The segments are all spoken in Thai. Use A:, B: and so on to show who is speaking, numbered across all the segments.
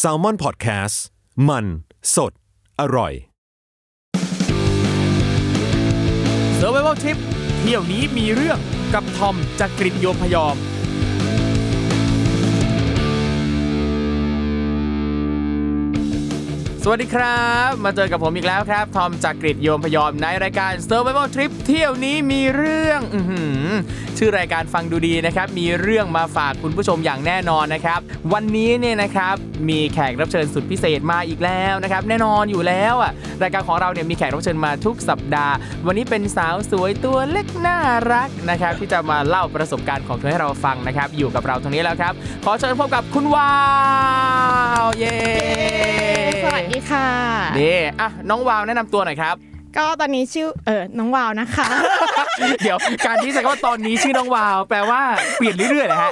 A: s a l m o n PODCAST มันสดอร่อย
B: s u r v i v a l Trip เที่ยวนี้มีเรื่องกับทอมจากกรีฑโยมพยอม สวัสดีครับ มาเจอกับผมอีกแล้วครับ ทอมจากกรีฑโยมพยอมในรายการ s u r v i v a l Trip เที่ยวนี้มีเรื่องออหือชื่อรายการฟังดูดีนะครับ มีเรื่องมาฝากคุณผู้ชมอย่างแน่นอนนะครับ วันนี้เนี่ยนะครับ มีแขกรับเชิญสุดพิเศษมาอีกแล้วนะครับ แน่นอนอยู่แล้วอ่ะ รายการของเราเนี่ยมีแขกรับเชิญมาทุกสัปดาห์ วันนี้เป็นสาวสวยตัวเล็กน่ารักนะครับ ที่จะมาเล่าประสบการณ์ของเธอให้เราฟังนะครับ อยู่กับเราตรงนี้แล้วครับ ขอเชิญพบกับคุณวาวเย้
C: สวัสดีค่ะ
B: นี่อ่ะน้องวาวแนะนำตัวหน่อยครับ
C: ก็ตอนนี้ชื่อเออน้องวาวนะคะ
B: เดี๋ยวการที่ใช้คำว่าตอนนี้ชื่อน้องวาว แปลว่าเปลี่ยนเรื่อยๆนะฮะ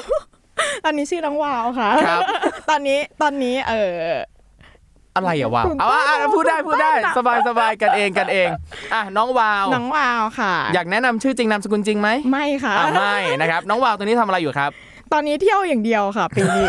C: ตอนนี้ชื่อน้องวาวค่ะ
B: ครับ
C: ตอนนี้ตอนนี้เออ
B: อะไรอะวาวเอาอ่ะอ่ะพูดได้พูดได้สบายสบายกันเองกันเองอ่ะน้องวาว
C: น้องวาวค่ะ
B: อยากแนะนำชื่อจริงนามสกุลจริงไหม
C: ไม่ค่ะ
B: อ่ะไม่นะครับ น้องวาวตอนนี้ทำอะไรอยู่ครับ
C: ตอนนี้เที่ยวอย่างเดียวค่ะปี นี้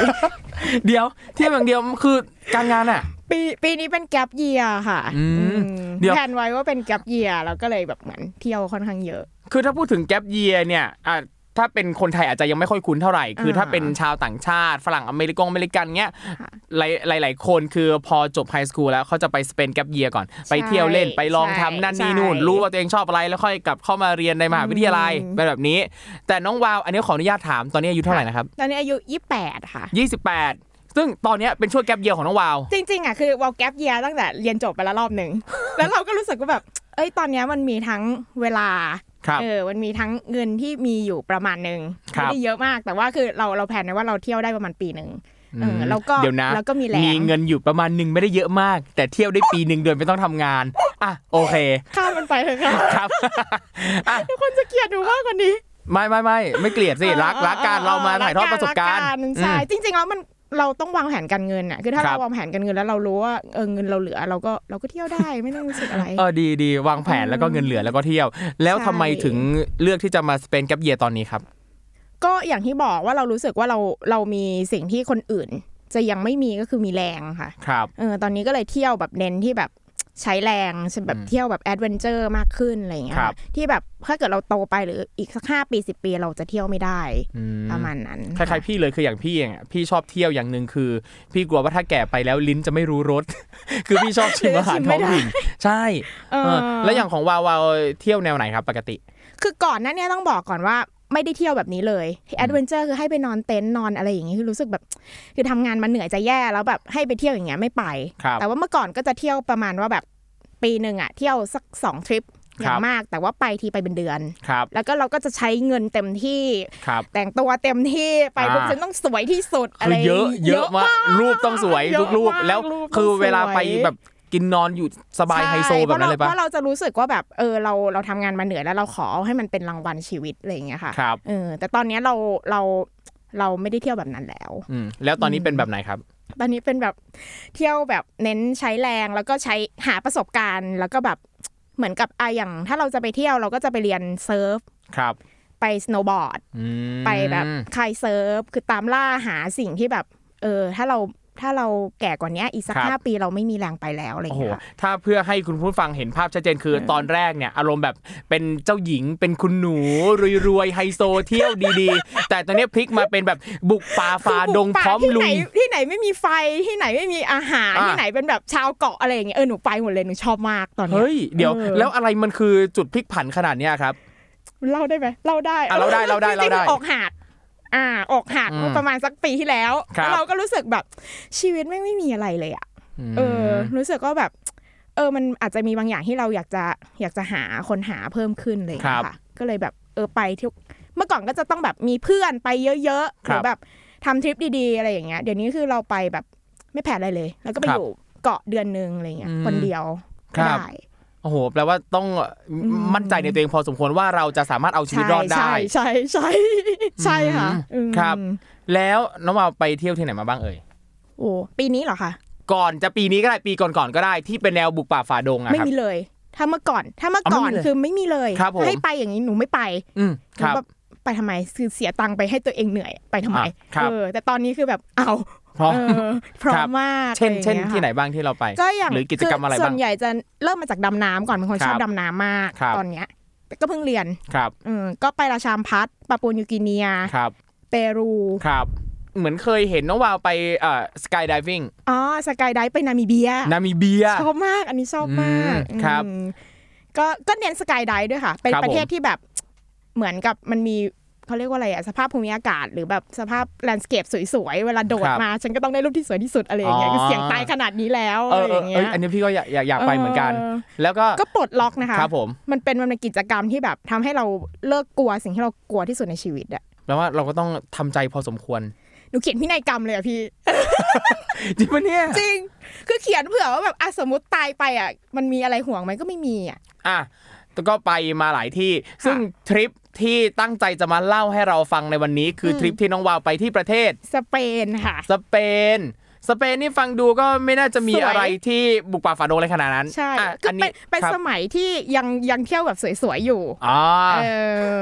B: เดี๋ยวเที่ยวอย่างเดียวคือการงานอ่ะ
C: ปีปีนี้เป็นแกลบเยียค่ะ
B: อืม
C: อืม
B: เดี๋ยว
C: แผนไว้ว่าเป็นแกลบเยียแล้วก็เลยแบบเหมือนเที่ยวค่อนข้างเยอะ
B: คือถ้าพูดถึงแก p เยียเนี่ยอ่ะถ้าเป็นคนไทยอาจจะยังไม่ค่อยคุ้นเท่าไหร่ คือถ้าเป็นชาวต่างชาติ ฝรั่งอเมริกงอเมริกันเงี้ย
C: ค่ะ
B: หลายหลาย ๆ คนคือพอจบไฮสคูลแล้วเขาจะไปสเปนแก p เยียก่อน ไปเที่ยวเล่นไปลองทำนั่นนี่นู่น รู้ว่าตัวเองชอบอะไรแล้วค่อยกลับเข้ามาเรียนในมหาวิทยาลัยเป็นแบบนี้ แต่น้องวาว อันนี้ขออนุญาตถามตอนนี้อายุเท่าไหร่นะครั
C: ตอนนี้อายุ 28 ค่ะ
B: บ28 ซึ่งตอนเนี้ยเป็นช่วงแก p เยียของน้องวาว
C: จริงๆอ่ะคือวอลแกปเยียตั้งแต่เรียนจบไปแล้วรอบหนึ่ง แล้วเราก็รู้สึกว่าแบบ เอ้ยตอนเนี้ยมันมีทั้งเวลา
B: ครับ
C: เออ มันมีทั้งเงินที่มีอยู่ประมาณหนึ่ง
B: ครั
C: ไม่
B: บ
C: ได้เยอะมาก แต่ว่าคือเราเราแผนไว้ว่าเราเที่ยวได้ประมาณปีหนึ่งเออแล้วก็
B: เดี๋ยวนะ
C: แล้วก็มีแรง
B: เงินอยู่ประมาณหนึ่งไม่ได้เยอะมาก แต่เที่ยวได้ปีหนึ่งเดือนไม่ต้องทำงานอ่ะโอเค
C: ข้ามมันไปเถอะค่ะ
B: ครับ อ่ะ
C: ทุกคนจะเกลียดหนูมากกว่านี้
B: ไม่ไม่ไม่ไม่เกลียดสิรักรักการเรามาถ่ายทอดประสบการณ์
C: กน
B: อืม
C: ใช่จริงๆแล้วมันเราต้องวางแผนการเงินอ่ะคือถ้า
B: ครับ
C: เราวางแผนการเงินแล้วเรารู้ว่าเออเงินเราเหลือเราก็เราก็เที่ยวได้ไม่ต้องรู้สึกอะไร
B: เออดีดีวางแผนแล้วก็เงินเหลือแล้วก็เที่ยว แล้วทำไม
C: ใช่
B: ถึงเลือกที่จะมาสเปนกับเยียตอนนี้ครับ
C: ก็อย่างที่บอกว่าเรารู้สึกว่าเราเรามีสิ่งที่คนอื่น จะยังไม่มีก็คือมีแรงค่ะ
B: ครับ
C: เออตอนนี้ก็เลยเที่ยวแบบเน้นที่แบบใช้แรงใช่แบบเที่ยวแบบแอดเวนเจอร์มากขึ้นอะไรอย่างเงี้ย
B: ครับ
C: ที่แบบถ้าเกิดเราโตไปหรืออีกสักห้าปีสิบปีเราจะเที่ยวไม่ได้
B: อืม
C: ประมาณนั้น
B: คล้ายๆพี่เลยคืออย่างพี่เองอ่ะพี่ชอบเที่ยวอย่างหนึ่งคือ พี่กลัวว่าถ้าแก่ไปแล้วลิ้นจะไม่รู้รส คือพี่ชอบชิมอาหารท้องถิ่นใช่
C: เอ
B: เออ
C: อ
B: แล้วอย่างของวาวาวเที่ยวแนวไหนครับ ปกติ
C: คือก่อนหนั้านเนี่ยต้องบอกก่อนว่าไม่ได้เที่ยวแบบนี้เลยแอดเวนเจอร์คือให้ไปนอนเต็นท์นอนอะไรอย่างเงี้ยคือรู้สึกแบบ คือทำงานมันเหนื่อยจะแย่แล้วแบบให้ไปเที่ยวอย่างเงี้ยไม่ไป
B: ครับ
C: แต่ว่าเมื่อก่อนก็จะเที่ยวประมาณว่าแบบปีหนึ่งอะเที่ยวสักสองทริปอ
B: ค
C: ย่า
B: รั
C: ง
B: บ
C: มากแต่ว่าไปทีไปเป็นเดือน
B: ครับ
C: แล้วก็เราก็จะใช้เงินเต็มที่
B: ครับ
C: แต่งตัวเต็มที่ไป
B: อ่า
C: ปุ๊บฉันต้องสวยที่สุดอะ
B: คื
C: ไร
B: อเยอะเยอะมากรูปต้องสวย
C: เยอะ
B: ทุกรูป
C: มาก
B: แล้ว
C: รูป
B: คือ
C: ต้องสย
B: เวลาไปแบบกินนอนอยู่สบายไฮโซแบบนั้นเลยปะ
C: ใช่เพราะราเพราะเราจะรู้สึกว่าแบบเออเราเราทำงานมาเหนื่อยแล้วเราขอให้มันเป็นรางวัลชีวิตอะไรอย่างเงี้ยค่ะ
B: ครับ
C: เออแต่ตอนเนี้ยเราเราเราไม่ได้เที่ยวแบบนั้นแล้ว
B: อืมแล้วตอนนี้เป็นแบบไหนครับ
C: ตอนนี้เป็นแบบเที่ยวแบบเน้นใช้แรงแล้วก็ใช้หาประสบการณ์ แล้วก็แบบเหมือนกับอะอย่าง ถ้าเราจะไปเที่ยวเราก็จะไปเรียนเซิร์ฟ
B: ครับ
C: ไปสโนว์บอร์ด
B: อืม
C: ไปแบบคายเซิร์ฟคือตามล่าหาสิ่งที่แบบ เออ ถ้าเราถ้าเราแก่กว่านี้อีกสักห้าปีเราไม่มีแรงไปแล้วอะไรอ
B: โอ้
C: ย่าง
B: โห
C: เงี้ยค่ะ
B: ถ้าเพื่อให้คุณผู้ฟังเห็นภาพชัดเจนคือตอนแรกเนี่ย อารมณ์แบบเป็นเจ้าหญิงเป็นคุณหนู รวย ๆไฮโซเที่ยวดีๆ แต่ตอนนี้พลิกมาเป็นแบบบุกป่าฝ่า
C: คือ
B: ดง
C: ปลูกป่
B: พร้อม
C: ที่
B: ลุ
C: ไหน
B: ย
C: ที่ไหนไม่มีไฟที่ไหนไม่มีอาหาร
B: อ่ะ
C: ที่ไหนเป็นแบบชาวเกาะอะไรอย่างเงี้ยเออหนูไปหมดเลยหนูชอบมากตอนเนี้ย
B: เฮ้ยเดี๋ยว
C: เออ
B: แล้วอะไรมันคือจุดพลิกผันขนาดเนี้ยครับ
C: เล่าได้ไหมเล่าได้
B: อ่ะเล่าได้เล่าได้
C: จงๆ
B: เล่าได้
C: คืออกหักอ่าอกหัก
B: อืม
C: เมื่อประมาณสักปีที่แล้ว
B: ครับ
C: แล้วเราก็รู้สึกแบบชีวิตไม่งไม่มีอะไรเลยอ่ะ เออ
B: ม
C: รู้สึกว่าแบบ เออ มันอาจจะมีบางอย่างที่เราอยากจะอยากจะหาคนหาเพิ่มขึ้นอะไรอย่างเล
B: ค
C: ย
B: รั
C: ค่ะ
B: บ
C: ก็เลยแบบ เออไปที่เมื่อก่อนก็จะต้องแบบมีเพื่อนไปเยอะๆห
B: ครั
C: รื
B: บ
C: อแบบ ทำทริปดีๆอะไรอย่างเงี้ยเดี๋ยวนี้คือเราไปแบบไม่แผนอะไรเลย แล้วก็ไป
B: ครับ
C: อยู่เกาะเดือนหนึ่งอะไรเงี้ย
B: อืม
C: คนเดียว
B: ครั
C: ก็
B: บ
C: ได้
B: โอ้โหแปลว่าต้องมั่นใจในตัวเองพอสมควรว่าเราจะสามารถเอาชีวิตรอดได้
C: ใช่ใช่ใช่ใช่ค่ะอืม
B: ครับ แล้วน้องวาวไปเที่ยวที่ไหนมาบ้างเอ่ย
C: โอ้ปีนี้เหรอคะ
B: ก่อนจะปีนี้ก็ได้ปีก่อนๆก็ได้ที่เป็นแนวบุกป่าฝ่าดงอะค
C: ไม่
B: รับ
C: มีเลย ถ้าเมื่อก่อนถ้าเมื่อก่อ
B: อ๋อ
C: น
B: ไม่มีเลย
C: คือไม่มีเลย
B: ครับผม
C: ให้ไปอย่างนี้หนูไม่ไป
B: อืม
C: ห
B: ค
C: นู
B: รับ
C: แบบไปทำไมคือเสียตังค์ไปให้ตัวเองเหนื่อยไปทำไม
B: อ่ะครับ
C: เออแต่ตอนนี้คือแบบเอา
B: เพราะ
C: เออพร้อ
B: ครั
C: ม
B: บ
C: มาก
B: เช่น
C: อะไรอย่าง
B: เช่น
C: งี้ย
B: ที่
C: ค่ะ
B: ไหนบ้างที่เราไป
C: ก็อย่าง
B: หรือกิจกรรมอะไร
C: คืส่
B: บ้า
C: วน
B: ง
C: ใหญ่จะเริ่มมาจากดำน้ำก่อนเป็นคน
B: ครั
C: ช
B: บ
C: อบดำน้ำมาก
B: ครับ
C: ตอนเนี้ยแต่ก็เพิ่งเรียน
B: ครับ
C: เออก็ไปราชามพัฒปาปูนิวกินีย
B: ครับ
C: เปรู
B: ครับ เหมือนเคยเห็นน้องวาวไปเอ่อสกายดิวิ่ง
C: อ๋อสกายไดฟ์ไปนามิเบีย
B: นามิเบีย
C: ชอบมากอันนี้ชอบมาก
B: อืมครับ
C: อืมก็ก็เน้นสกายไดฟ์ด้วยค่ะ เป็น
B: ครับผม
C: ประเทศที่แบบเหมือนกับมันมีเขาเรียกว่าอะไรอะสภาพภูมิอากาศ หรือแบบสภาพแลนด์สเคปสวยๆ เวลาโดดมา ฉันก็ต้องได้รูปที่สวยที่สุดอะไรอย่างเงี้ยคือเสียงตายขนาดนี้แล้ว
B: เอ
C: อะ
B: อเอ
C: ไรอ
B: อย่าง เอ
C: เงี้
B: ย
C: ย
B: อันนี้พี่ก็อยากอยากอยากไปเหมือนกัน
C: เออ
B: แล้วก็
C: ก็ปลดล็อกนะคะ
B: ครับผม
C: มันเป็นมันเป็นกิจกรรมที่แบบทำให้เราเลิกกลัวสิ่งที่เรากลัวที่สุดในชีวิตอะ
B: แปลว่าเราก็ต้องทำใจพอสมควร
C: หนูเขียนพินัยกรรมเลยอะ พี่
B: จริงปะเนี่ย
C: จริง คือเขียนเผื่อว่าแบบอ่ะสมมติตายไปอะมันมีอะไรห่วงไหมก็ไม่มีอะ
B: อ่ะแล้วก็ไปมาหลายที่ ซึ่งทริปที่ตั้งใจจะมาเล่าให้เราฟังในวันนี้ คืออ
C: ม
B: ทริปที่น้องวาวไปที่ประเทศ
C: สเปนค่ะ
B: สเปน สเปนนี่ฟังดูก็ไม่น่าจะมี
C: สวย
B: อะไรที่บุกป่าฝ่าดงอะไรขนาดนั้น
C: ใช่
B: อ่ะ
C: คือ
B: อัน
C: เป็
B: นี้
C: นเป็น
B: ครับ
C: สมัยที่ยังยังเที่ยวแบบสวยๆอยู่
B: อ๋อ
C: เออ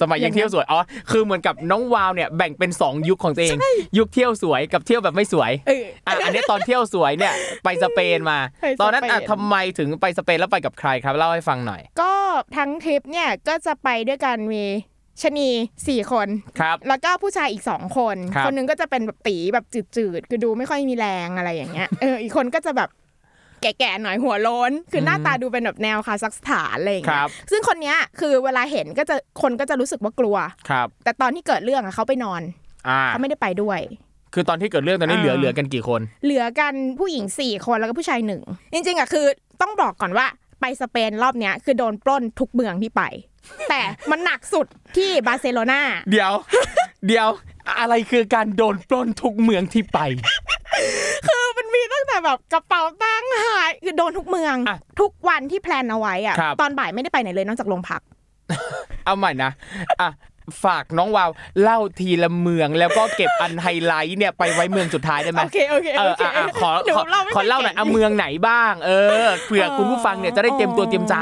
B: สมัยยังเที่ยวสวย อ๋อ คือเหมือนกับน้องวาวเนี่ยแบ่งเป็น 2 ยุคของตัวเอง ยุคเที่ยวสวยกับเที่ยวแบบไม่สวย
C: เออ
B: อ่ะ อันนี้ตอนเที่ยวสวยเนี่ยไปสเปนมา
C: ไปสเปน
B: ตอนนั้นอ่ะทำไมถึงไปสเปนแล้วไปกับใครครับ เล่าให้ฟังหน่อย
C: ก็ทั้งทริปเนี่ยก็จะไปด้วยกันมีชะนีสี่คน
B: ครับ
C: แล้วก็ผู้ชายอีกสองคน
B: ครับ
C: คนหนึงก็จะเป็นแบบตีแบบจืดๆ คือดูไม่ค่อยมีแรงอะไรอย่า งเงี้ย เออ อีกคนก็จะแบบแก่ๆ หน่อยหัวโล้น คือหน้าตาดูเป็นแบบแนวคาซัคสถานอะไรอย่าง
B: ค
C: เงี้
B: รั
C: ย
B: บ
C: ซึ่งคนเนี้ยคือเวลาเห็นก็จะคนก็จะรู้สึกว่ากลัว
B: ครับ
C: แต่ตอนที่เกิดเรื่องอะเขาไปนอน
B: อ่า
C: เขาไม่ได้ไปด้วย
B: คือตอนที่เกิดเรื่องตอนนี้
C: อ่า
B: เหลือเหลือกันกี่คน
C: เหลือกันผู้หญิงสี่คนแล้วก็ผู้ชายหนึ่ง จริงๆอะคือต้องบอกก่อนว่าไปสเปนรอบเนี้ยคือโดนปล้นทุกเมืองที่ไป แต่มันหนักสุดที่บาร์เซโลนา
B: เดี๋ยว เดี๋ยว อะไรคือการโดนปล้นทุกเมืองที่ไป
C: คือมันมีตั้งแต่แบบกระเป๋าตังค์หายคือโดนทุกเมือง
B: อ่ะ
C: ทุกวันที่แพลนเอาไว้อะ
B: ครับ
C: ตอนบ่ายไม่ได้ไปไหนเลยนอกจากโรงพัก
B: เอาใหม่นะ อ่ะ ฝากน้องวาวเล่าทีละเมืองแล้วก็เก็บอันไฮไลท์เนี่ยไปไว้เมืองสุดท้ายได้ไหม
C: โอเคโอเค
B: เออ
C: โอเค
B: อ่ะอ่ะขอ
C: ดี๋ยว
B: ขอ
C: รไม่
B: ขอเล่าหน่อยเอาเมืองไหนบ้าง เออเผื่อคุณผู้ฟังเนี่ยจะได้เตรียมตัวเตรียมใจ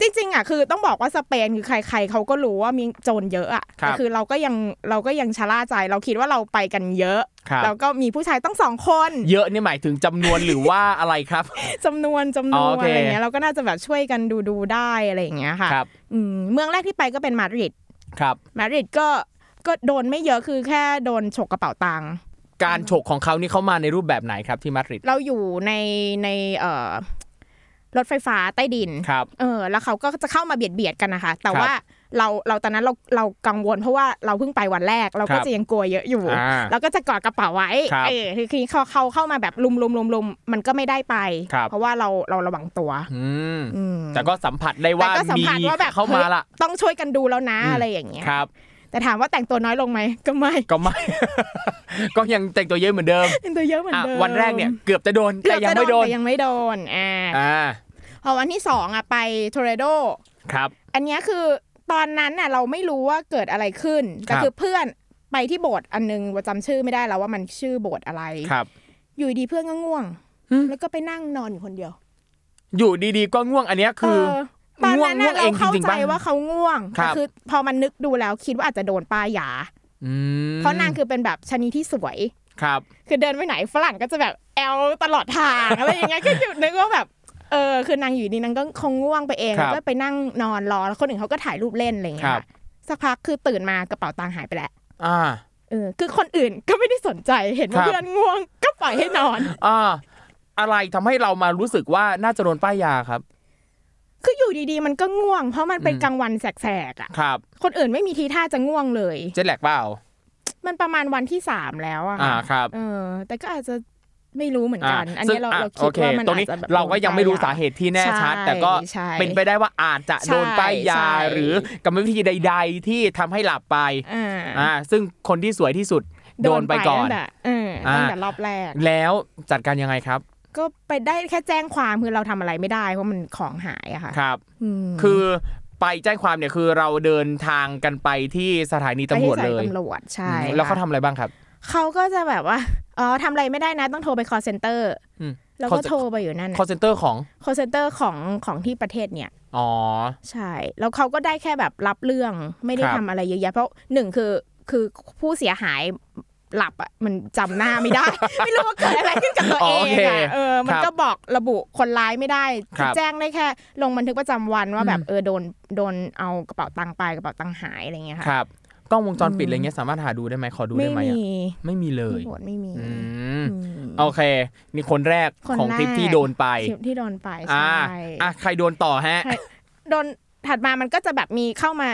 C: จริงๆอ่ะคือต้องบอกว่าสเปนคือใคร ๆเขาก็รู้ว่ามีโจรเยอะอ่ะ
B: ครับ
C: แต่คือเราก็ยังเราก็ยังชะล่าใจ เราคิดว่าเราไปกันเยอะ
B: ครับ
C: แล้วก็มีผู้ชายตั้งสองคน
B: เยอะนี่หมายถึงจำนวนหรือว่าอะไรครับ
C: จำนวนจำน
B: อ๋อ
C: วน
B: โอเค
C: อะไรเงี้ยเราก็น่าจะแบบช่วยกันดูดูๆได้อะไรอย่างเงี้ยค่ะ
B: ครับ
C: อืมเมืองแรกที่ไปก็เป็นมาดริด
B: ครับ
C: มาดริดก็ก็โดนไม่เยอะคือแค่โดนฉกกระเป๋าตังค์
B: การฉกของเขานี่เขามาในรูปแบบไหนครับที่มาดริด
C: เราอยู่ในในเอ่อรถไฟฟ้าใต้ดิน
B: ครับ
C: เออ แล้วเขาก็จะเข้ามาเบียดเบียดกันนะคะ แต่
B: ครับ
C: ว่าเราเราตอนนั้นเราเรากังวลเพราะว่าเราเพิ่งไปวันแรก เราก็
B: ครับ
C: จะยังกลัวเยอะอยู่
B: อ่า
C: เราก็จะกอดกระเป๋าไว้
B: ครับ
C: เออคือคือเขาเขาเข้ามาแบบลุมลุมลุมลุมมันก็ไม่ได้ไป
B: ครับ
C: เพราะว่าเราเราระวังตัว
B: อืม
C: อืม
B: แต่ก็สัมผัสได้
C: แต่
B: ว่า
C: ก็สัม
B: มี
C: ผัสว่าแบบ
B: เข้ามาละ
C: ฮ้ยต้องช่วยกันดูแล้วนะ
B: อืม
C: อะไรอย่างเงี้ย
B: ครับ
C: แต่ถามว่าแต่งตัวน้อยลงไหมก็ไม่
B: ก็ไม่ ก็ยังแต่งตัวเยอะเหมือนเดิม
C: แต่งตัวเยอะเหมือน
B: อ่ะ
C: เดิม
B: วันแรกเนี่ยเกือบจะโดน
C: เกื
B: แต่
C: อบ
B: ยัง
C: จะ
B: ไม่โดน
C: แต่ยังไม่โดนอ่า
B: อ่า
C: พอวันที่สองอะไปโทเรโด
B: ครับ
C: อันเนี้ยคือตอนนั้นน่ะเราไม่รู้ว่าเกิดอะไรขึ้น แต่
B: ครับ
C: คือเพื่อนไปที่โบสถ์อันนึงว่าจำชื่อไม่ได้แล้วว่ามันชื่อโบสถ์อะไร
B: ครับ
C: อยู่ดีเพื่อนก็ง่วง
B: หึ
C: แล้วก็ไปนั่งนอนอยู่คนเดียว
B: อยู่ดีๆก็ง่วงอันเนี้ยคือ
C: เออตอนนั้น
B: ง่ว
C: น่ะ
B: งๆเอ
C: เรา
B: งจริงๆ
C: เข้าใจ
B: ปะ
C: ว่าเขาง่วง
B: ครั
C: แต่
B: บ
C: คือพอมันนึกดูแล้วคิดว่าอาจจะโดนป้ายา
B: อืม
C: เพราะนางคือเป็นแบบชะนีที่สวย
B: ครับ
C: คือเดินไปไหนฝรั่งก็จะแบบแอลตลอดทาง อะไรอย่างเงี้ยก็อยู่นึกว่าแบบเออคือนางอยู่ดีนางก็คงง่วงไปเอง
B: ครั
C: แล้
B: บ
C: วก็ไปนั่งนอนรอแล้วคนอื่นเขาก็ถ่ายรูปเล่นอะไรอย่างเงี้
B: ค
C: ย
B: รับ
C: สักพักคือตื่นมากระเป๋าตังค์หายไปแล้ว
B: อ่า
C: เออคือคนอื่นก็ไม่ได้สนใจเห็น
B: ครั
C: ว่า
B: บ
C: เพื่อนง่วงก็ปล่อยให้นอน
B: อ่าอะไรทำให้เรามารู้สึกว่าน่าจะโดนป้ายยาครับ
C: คืออยู่ดีๆ มันก็ง่วง เพราะมันเป็น
B: อืม
C: กลางวันแสกๆอ่ะ
B: ครับ
C: คนอื่นไม่มีทีท่าจะง่วงเลย
B: เจ็ตแลกเปล่า
C: มันประมาณวันที่สามแล้วอะ
B: อ่า
C: ค่ะ
B: ครับ
C: เออ แต่ก็อาจจะไม่รู้เหมือนกัน
B: อ่ะ
C: อัน
B: ซึ่ง
C: นี้เรา
B: อ่ะ
C: เรา
B: โอ
C: คิด
B: เค
C: ว่ามัน
B: ตรงนี้
C: อจจะแบบ
B: เราก็ยังไม่รู้
C: โดน
B: สา
C: ป้ยย
B: เหตุที่แน่ชัด
C: ใช่
B: แต่ก็
C: ใช่
B: เป็นไปได้ว่าอาจจะโดนป้ายยา
C: ใช่
B: หรือกรรมวิธีใด ๆ ที่ทำให้หลับไป
C: อ่า
B: อ่าซึ่งคนที่สวยที่สุด โดนไปก่อน
C: ตั้งแต่เออ
B: อ่า
C: ตั้งแต่รอบแรก
B: แล้วจัดการยังไงครับ
C: ก็ไปได้แค่แจ้งความคือเราทำอะไรไม่ได้เพราะมันของหายอะค่ะ
B: ครับ
C: ม
B: คือไปแจ้งความเนี่ยคือเราเดินทางกันไปที่สถานีตำรวจ
C: ไป
B: เล
C: ที่สาย ตำรวจใช่
B: อืมแล้วเขา
C: ค่ะ
B: ทำอะไรบ้างครับ
C: เขาก็จะแบบว่าเออทำอะไรไม่ได้นะต้องโทรไป call center
B: อืม
C: แล้วก็
B: call-
C: โทรไปอยู่นั่นน่ะ
B: call center ของ
C: call center ของของที่ประเทศเนี่ย
B: อ๋อ
C: ใช่ แล้วเขาก็ได้แค่แบบรับเรื่องไม่ได้
B: ครับ
C: ทำอะไรเยอะแยะเพราะหนึ่งคือคือผู้เสียหายหลับอ่ะมันจำหน้าไม่ได้ ไม่รู้ว่าเกิดอะไรขึ้นกับตัว
B: อ๋
C: เอ
B: อโอง เค
C: อ่ะเออมัน
B: ครับ
C: ก็บอกระบุคนร้ายไม่ได้
B: ครับ
C: แจ้งได้แค่ ลงบันทึกประจำวันว่าแบบเออโดนโดนเอากระเป๋าตังค์ไปกระเป๋าตังค์หายอะไรเงี้ย
B: ค
C: ค่ะ
B: รับกล้องวงจรปิดอะไรเงี้ยสามารถหาดูได้ไหมขอดู
C: ไม่
B: ได้ไหม
C: มี
B: อะไม่มีเลย
C: ตำรวจไม่มี
B: อืม
C: อืม
B: โอเค นี่คนแรก
C: คน
B: ของคลิป
C: แรก
B: ที่โดนไป
C: คลิปที่โดนไป
B: อ่า
C: ใช่
B: อ่ะใครโดนต่อฮะ
C: โดนถัดมามันก็จะแบบมีเข้ามา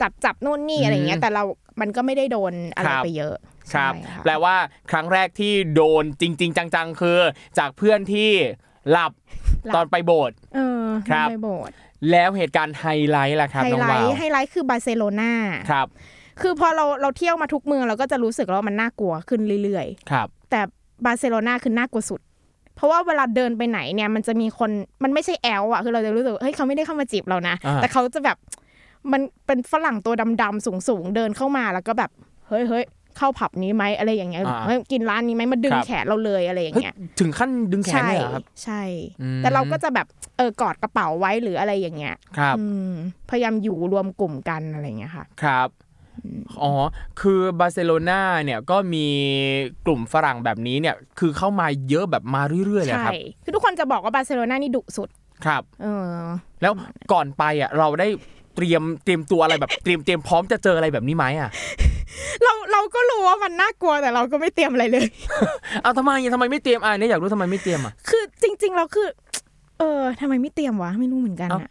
C: จับจับนู่นนี่อะไรเงี้
B: อื
C: ย
B: ม
C: แต่เรา มันก็ไม่ได้โดนอะไร
B: ครับ
C: ไปเยอะ
B: ครับ
C: ใช่ะ
B: แปลว่าครั้งแรกที่โดนจริง ๆ จังๆ คือ จากเพื่อนที่หลับ
C: หลับ
B: ตอนไปโบสถ์
C: เออ
B: ครับ
C: ในโบสถ์
B: แล้วเหตุการณ์ไฮไลท์ล่ะครับ
C: ไฮ
B: น้อง
C: ไล
B: วาว
C: ท์ไฮไลท์คือบาร์เซโลนา
B: ครับ
C: คือพอเราเราเที่ยวมาทุกเมืองเราก็จะรู้สึกแล้วว่ามันน่ากลัวขึ้นเรื่อย
B: ครับ
C: ๆ แต่บาร์เซโลนาคือน่ากลัวสุด เพราะว่าเวลาเดินไปไหนเนี่ยมันจะมีคนมันไม่ใช่แอลอะคือเราจะรู้สึกว่าเฮ้ยเขาไม่ได้เข้ามาจีบเรานะ
B: อ่า
C: แต่เขาจะแบบมันเป็นฝรั่งตัวดำๆสูงๆ เดินเข้ามาแล้วก็แบบเฮ้ยเฮ้ยเข้าผับนี้ไหมอะไรอย่างเงี้ย
B: อ่า
C: เฮ้ยกินร้านนี้ไหมมาดึง
B: ครับ
C: แขนเราเลยอะไรอย่าง
B: เฮ้ย
C: เงี้ย
B: ถึงขั้นดึงแขน
C: ใช่
B: เลยเหรอครับ
C: ใช่
B: อืม
C: แต่เราก็จะแบบเออกอดกระเป๋าไว้หรืออะไรอย่างเงี้ย
B: ครับ
C: อืมพยายามอยู่รวมกลุ่มกันอะไรอย่างเงี้ยค่ะ
B: ครับ อ๋อ คือบาร์เซโลนาเนี่ยก็มีกลุ่มฝรั่งแบบนี้เนี่ย คือเข้ามาเยอะแบบมาเรื่อยๆเลย
C: ใช่
B: ครับ
C: คือทุกคนจะบอกว่าบาร์เซโลนานี่ดุสุด
B: ครับ
C: เออ
B: แล้วก่อนไปอ่ะเราได้เตรียมเตรียมตัวอะไรแบบ เตรียมเตรียมพร้อมจะเจออะไรแบบนี้ไหมอ่ะ
C: เราเราก็รู้ว่ามันน่ากลัวแต่เราก็ไม่เตรียมอะไรเลย
B: เอาทำไมอ่ะทำไมไม่เตรียมอ่ะเนี่ยอยากรู้ทำไมไม่เตรียมอ่ะ
C: คือจริงๆเราคือ เออทำไมไม่เตรียมวะ ไม่รู้เหมือนกันอะ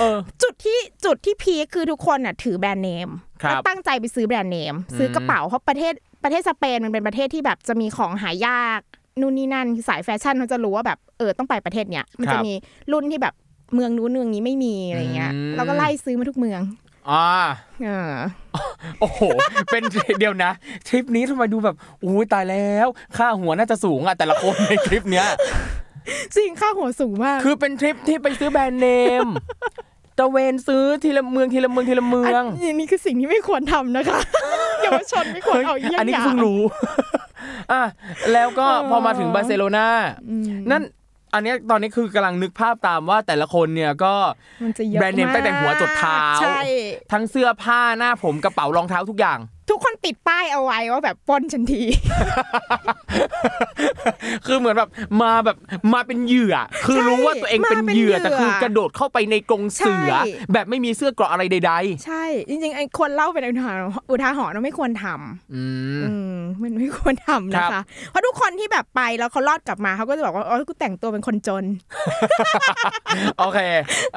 B: เออ
C: จุดที่จุดที่พีคคือทุกคนอ่ะถือแบรนด์เนม
B: ครับ
C: แล้วตั้งใจไปซื้อแบรนด์เนม ซื้อ
B: ม
C: กระเป๋าเพราะประเทศประเทศสเปนมันเป็นประเทศที่แบบจะมีของหายากนู่นนี่นั่นคือสายแฟชั่นเขาจะรู้ว่าแบบเออต้องไปประเทศเนี้ยมันจะมีรุ่นที่แบบเมืองนู้นเมืองนี้ไม่มีอะไรเงี้ยเราก็ไล่ซื้อมาทุกเมือง
B: อ่า
C: เออ
B: โอ้โห เป็น เดียวนะทริปนี้ทำไมดูแบบอู้ตายแล้ว ค่าหัวน่าจะสูงอ่ะแต่ละคนในทริป เนี้ย
C: จริงค่าหัวสูงมาก
B: คือเป็นทริปที่ไปซื้อแบรนด์เนม ตระเวนซื้อทีละเมืองทีละเมืองทีละเมือง
C: นนี้คือสิ่งที่ไม่ควรทำนะคะ เยาวชนไม่ควรเอาเยี่ยง
B: อันนี้
C: อย่าง
B: เพิ่งรู้ อ่ะแล้วก็
C: เออ
B: พอมาถึงบาร์เซโลนา นั่น อันเนี้ยตอนนี้คือกำลังนึกภาพตามว่าแต่ละคนเนี่ยก็
C: มันจะเยอะ
B: แบรนด์เนมตั้งแต่หัวจดเท้า
C: ใช่
B: ทั้งเสื้อผ้าหน้าผมกระเป๋ารองเท้าทุกอย่าง
C: ทุกคนติดป้ายเอาไว้ว่าแบบปล้นฉันที
B: คือเหมือนแบบมาแบบมาเป็นเหยื่อ คือ
C: ใช่
B: รู้ว่าตัวเองเป็นเหยื่อ
C: มาเป็นเหยื่อ
B: แต่คือกระโดดเข้าไปในกรงเสือ
C: ใช่
B: แบบไม่มีเสื้อเกราะอะไรใด
C: ใช่ จริงๆไอ้คนเล่าเป็นอุทาหรณ์อุทาหรณ์ว่าไม่ควรทำ
B: ๆ อืม
C: อืมมันไม่ควรทำนะ
B: ครั
C: คะ
B: บ
C: เพราะทุกคนที่แบบไปแล้วเขารอดกลับมาเขาก็จะบอกว่าอ๋อกูแต่งตัวเป็นคนจน
B: โอเค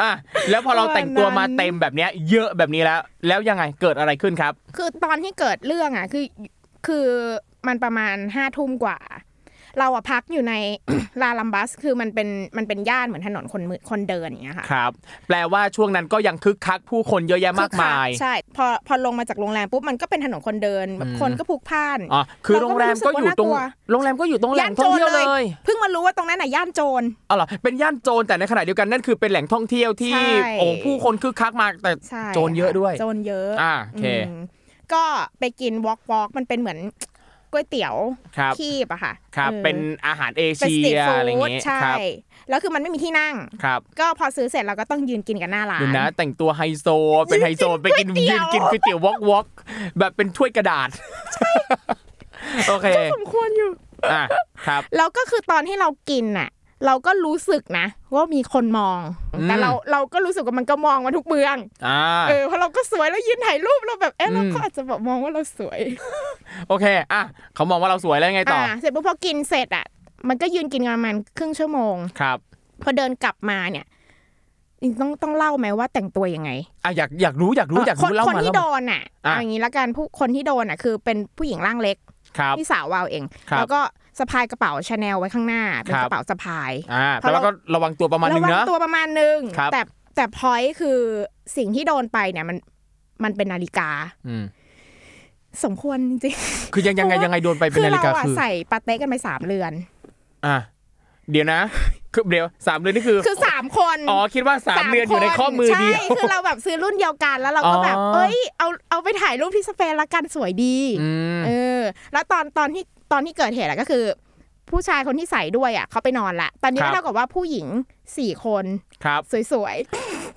B: อ่ะ แล้วพอเราแต่งตัวมาเต็มแบบเนี้ย เยอะแบบนี้แล้ว แล้วยังไงเกิดอะไรขึ้นครับ
C: คือตอนที่เกิดเรื่องอ่ะคือคือมันประมาณห้าทุ่มกว่า เราอะพักอยู่ใน ลาลัมบัส คือมันเป็นมันเป็นย่านเหมือนถนนคนมือคนเดินอย่างเงี้ยค่ะ
B: ครับ แปลว่าช่วงนั้นก็ยังคึกคักผู้คนเยอะแยะมากมาย
C: คือขใช่พอพอลงมาจากโรงแรมปุ๊บมันก็เป็นถนนคนเดินแบบ
B: อืม
C: คนก็พลุกพล่าน
B: อ๋อ คือโรงแรมก็อยู่ตรง
C: เราก็ไม่รู้สึกว่าน่ากลัว
B: โรงแรมก็อยู่ตรงแหล่งท่องเที่ยวเลย
C: เพิ่งมารู้ว่าตรงนั้นน่ะย่านโจร
B: อ๋อเหรอ เป็นย่านโจรแต่ในขณะเดียวกันนั่นคือเป็นแหล่งท่องเที่ยวที่
C: ใช่
B: โอ้ผู้คนคึกคักมากแต่
C: ใช่
B: โจรเยอะด้วย
C: โจรเยอะ
B: อ่าโอเค
C: มก็ไปกินวอล์กวอล์กมันเป็นเหมือนก๋วยเตี๋ยว
B: ครับ
C: คีบอะค่ะ
B: ครับ
C: ออ
B: เป็นอาหารเอ
C: เป็น
B: เชี
C: สตรี
B: ย
C: ทฟู
B: อะไรอย่าง
C: ้ด
B: เงี้ย
C: ใช่
B: ครับ
C: แล้วคือมันไม่มีที่นั่ง
B: ครับ
C: ก็พอซื้อเสร็จเราก็ต้องยืนกินกันหน้าร้าน
B: ดูนะแต่งตัวไฮโซ เป็นไฮโซไปกิน
C: ก๋วยเตี๋
B: ยื
C: ยว
B: นกินก๋วยเตี๋ยววอกวอกแบบเป็นถ้วยกระ ดาษ โอเค
C: สมควรอยู่
B: อ่ะ ครับ
C: แล้วก็คือตอนที่เรากินน่ะ เราก็รู้สึกนะ ว่ามีคนมอง
B: อืม
C: แต่เราเราก็รู้สึกว่ามันก็มองมาทุกเบือง
B: อ่า
C: เออเพราะเราก็สวยแล้วยืนถ่ายรูปเราแบบเออเรา
B: อืม
C: ก็อาจจะแบบมองว่าเราสวย
B: โอเค อ่ะ เขามองว่าเราสวยแล้วยังไงต่อ
C: เสร็จปุ๊บพอกินเสร็จอ่ะมันก็ยืนกินกันประมาณครึ่งชั่วโมง
B: ครับ
C: พอเดินกลับมาเนี่ยต้องต้องเล่าไหมว่าแต่งตัวยังไง
B: อ่ะอยากอยากรู้อยากรู้อยาก
C: คน
B: รู้เล่า
C: คน
B: มา
C: ที่
B: เล่า
C: โด
B: มา
C: นอ่ะ
B: อ่ะ
C: เอาอย่างนี้ละกันผู้คนที่โดนอ่ะคือเป็นผู้หญิงร่างเล็ก
B: ครับ
C: ที่สาววาวเอง
B: ครับ
C: แล้วก็สะพายกระเป๋าชาแนลไว้ข้างหน้าเป็น
B: ครับ
C: กระเป๋าสะพาย
B: อ่า
C: เพ
B: แต่
C: ราะ
B: ว่า
C: เรา
B: ก็ระวังตัวประมาณนึ
C: ระ
B: ง
C: วัง
B: นะ
C: ตัวประมาณหนึง
B: ครับ
C: แต่แต่พอยคือสิ่งที่โดนไปเนี่ยมันมันเป็นนาฬิกา
B: อืม
C: สมควรจริง
B: คือยังยังไงยังไงโดนไป
C: ๆ
B: เป็น
C: คือ
B: นาฬิ
C: เรา
B: กา
C: อะ
B: คือ
C: ใส่ปาเต้กันไปสามเรือน
B: อ่ะเดี๋ยวนะคือเดี๋ยวสามเรือนนี่คือ
C: คือสามคน
B: อ๋อคิดว่าสามเรือนอยู่ในข้อมือเดียว
C: ใช่คือเราแบบซื้อรุ่นเดียวกันแล้วเราก็
B: อ๋อ
C: แบบเอ้ยเอาเอาไปถ่ายรูปที่สเปนละกันสวยดี
B: อืม
C: เออ แล้วตอนตอนที่ตอนที่เกิดเหตุอะก็คือ ผู้ชายคนที่ใส่ด้วยอะเขาไปนอนละ ตอนนี้
B: ครับ
C: ก็เท่ากับว่าผู้หญิงสี่คน
B: ครับ
C: สวย